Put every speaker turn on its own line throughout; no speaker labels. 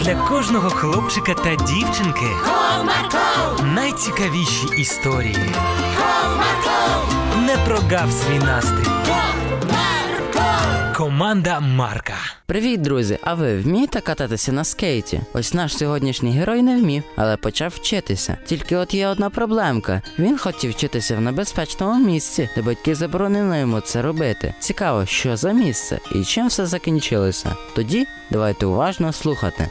для кожного хлопчика та дівчинки
Comarco,
найцікавіші історії.
Comarco,
Не прогав свій настрій.
Comarco.
Команда Марка.
Привіт, друзі! А ви вмієте кататися на скейті? Ось наш сьогоднішній герой не вмів, але почав вчитися. Тільки от є одна проблемка. Він хотів вчитися в небезпечному місці, де батьки заборонили йому це робити. Цікаво, що за місце і чим все закінчилося. Тоді давайте уважно слухати.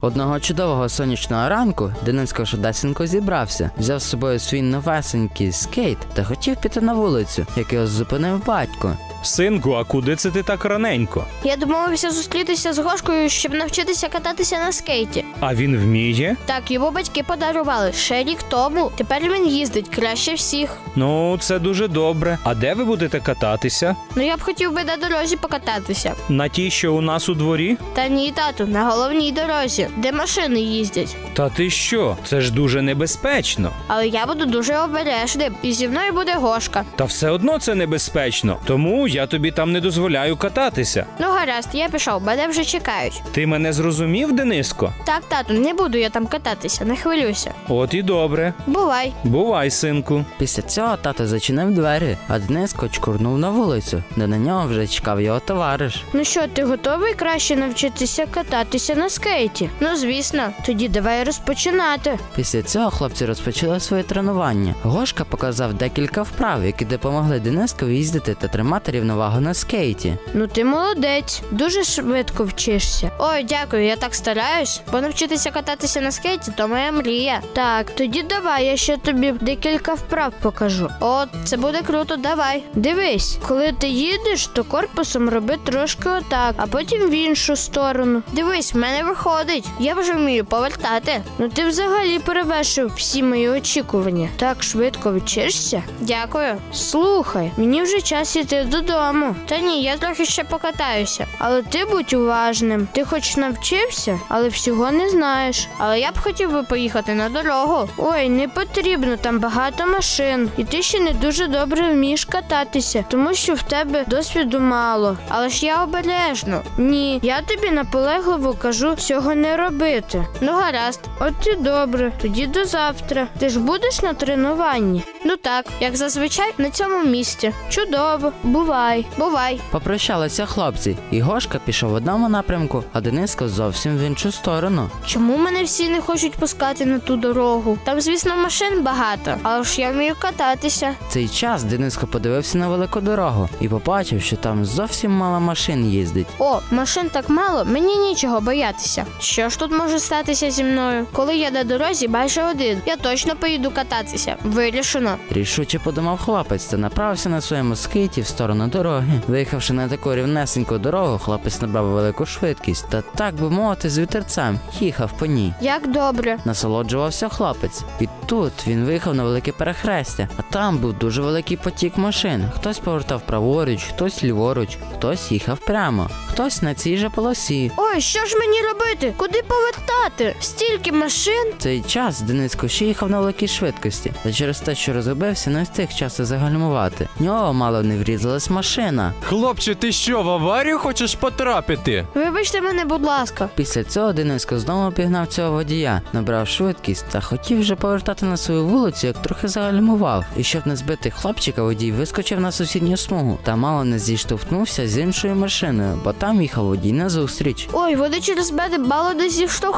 Одного чудового сонячного ранку Дениско Шудасенко зібрався, взяв з собою свій новесенький скейт та хотів піти на вулицю, як його зупинив батько.
Синку, а куди це ти так раненько?
Я домовився зустрітися з Гошкою, щоб навчитися кататися на скейті.
А він вміє?
Так, йому батьки подарували ще рік тому. Тепер він їздить краще всіх.
Ну, це дуже добре. А де ви будете кататися?
Ну я б хотів би на дорозі покататися.
На тій, що у нас у дворі?
Та ні, тату, на головній дорозі, де машини їздять.
Та ти що? Це ж дуже небезпечно.
Але я буду дуже обережним, і зі мною буде Гошка.
Та все одно це небезпечно. Тому я тобі там не дозволяю кататися.
Ну гаразд, я пішов, мене вже чекають.
Ти мене зрозумів, Дениско?
Так, тату, не буду я там кататися, не хвилюйся.
От і добре.
Бувай.
Бувай, синку.
Після цього тато зачинив двері, а Дениско чкурнув на вулицю, де на нього вже чекав його товариш.
Ну що, ти готовий краще навчитися кататися на скейті? Ну звісно, тоді давай розпочинати.
Після цього хлопці розпочали своє тренування. Гошка показав декілька вправ, які допомогли Дениску їздити та тримати рівновагу на скейті.
Ну ти молодець, дуже швидко вчишся. Ой, дякую, я так стараюсь, бо навчитися кататися на скейті то моя мрія. Так, тоді давай я ще тобі декілька вправ покажу. От, це буде круто, давай. Дивись, коли ти їдеш, то корпусом роби трошки отак, а потім в іншу сторону. Дивись, в мене виходить. Я вже вмію повертати. Ну ти взагалі перевершив всі мої очікування. Так швидко вчишся. Дякую. Слухай, мені вже час іти додому. Та ні, я трохи ще покатаюся. Але ти будь уважним. Ти хоч навчився, але всього не знаєш. Але я б хотів би поїхати на дорогу. Ой, не потрібно, там багато машин. І ти ще не дуже добре вмієш кататися, тому що в тебе досвіду мало. Але ж я обережно. Ні, я тобі наполегливо кажу цього не робити. Ну гаразд, от і добре. Тоді до завтра. Ти ж будеш на тренуванні? Ну так, як зазвичай на цьому місці. Чудово, бувай, бувай.
Попрощалися хлопці, і Гошка пішов в одному напрямку, а Дениско зовсім в іншу сторону.
Чому мене всі не хочуть пускати на ту дорогу? Там, звісно, машин багато, але ж я вмію кататися.
В цей час Дениско подивився на велику дорогу і побачив, що там зовсім мало машин їздить.
О, машин так мало, мені нічого боятися. Що ж тут може статися зі мною? Коли я на дорозі майже один, я точно поїду кататися. Вирішено.
Рішуче подумав хлопець та направився на своєму скейті в сторону дороги. Виїхавши на таку рівнесеньку дорогу, хлопець набрав велику швидкість та, так би мовити, з вітерцем їхав по ній.
Як добре.
Насолоджувався хлопець. І тут він виїхав на велике перехрестя, а там був дуже великий потік машин. Хтось повертав праворуч, хтось ліворуч, хтось їхав прямо, хтось на цій же полосі.
Ой, що ж мені робити? Куди повертати? Стільки машин.
В цей час Дениско ще їхав на великій швидкості, та через те, що розгубився, не встиг часу загальмувати. В нього мало не врізалась машина.
Хлопче, ти що, в аварію хочеш потрапити?
Вибачте мене, будь ласка.
Після цього Дениско знову пігнав цього водія, набрав швидкість та хотів вже повертати на свою вулицю, як трохи загальмував. І щоб не збити хлопчика, водій вискочив на сусідню смугу та мало не зіштовхнувся з іншою машиною, бо там їхав водій назустріч.
Ой, вони через мене мало не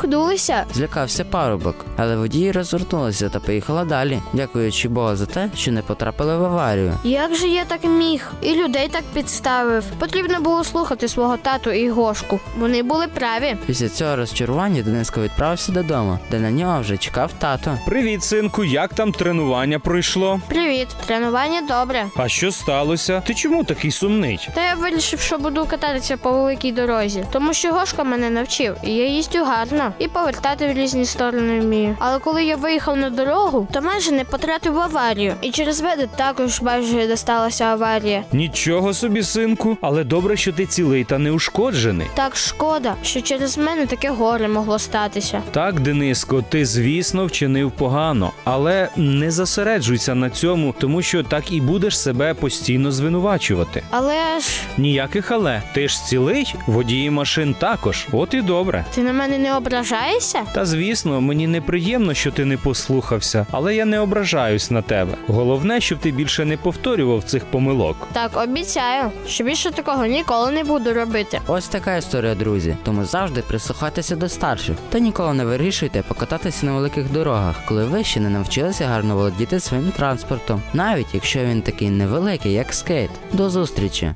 зіштовхнулися.
Злякався парубок, але водії розвернулися та поїхала далі, дякуючи Богу за те, що не потрапили в аварію.
Як же я так міг? І людей так підставив. Потрібно було слухати свого тату і Гошку. Вони були праві.
Після цього розчарування Дениско відправився додому, де на нього вже чекав тато.
Привіт, синку, як там тренування пройшло?
Привіт, тренування добре.
А що сталося? Ти чому такий сумний?
Та я вирішив, що буду кататися по великій дорозі, тому що Гошка мене навчив, і я їздю гарно і повертати в різні сторони вмію. Але коли я виїхав на дорогу, то майже не потратив в аварію. І через мене також майже досталася аварія.
Нічого собі, синку, але добре, що ти цілий та неушкоджений.
Так шкода, що через мене таке горе могло статися.
Так, Дениско, ти звісно вчинив погано, але не зосереджуйся на цьому, тому що так і будеш себе постійно звинувачувати.
Але ж
Ніяких але. Ти ж цілий, водії машин також. От і добре.
ти на мене не ображаєшся?
Та звісно, мені неприємно, що ти не послухався, але я не ображаюсь на тебе. Головне, щоб ти більше не повторював цих помилок.
Так, обіцяю, що більше такого ніколи не буду робити.
Ось така історія, друзі. Тому завжди прислухайтеся до старших та ніколи не вирішуйте покататися на великих дорогах, коли ви ще не навчилися гарно володіти своїм транспортом, навіть якщо він такий невеликий, як скейт. До зустрічі!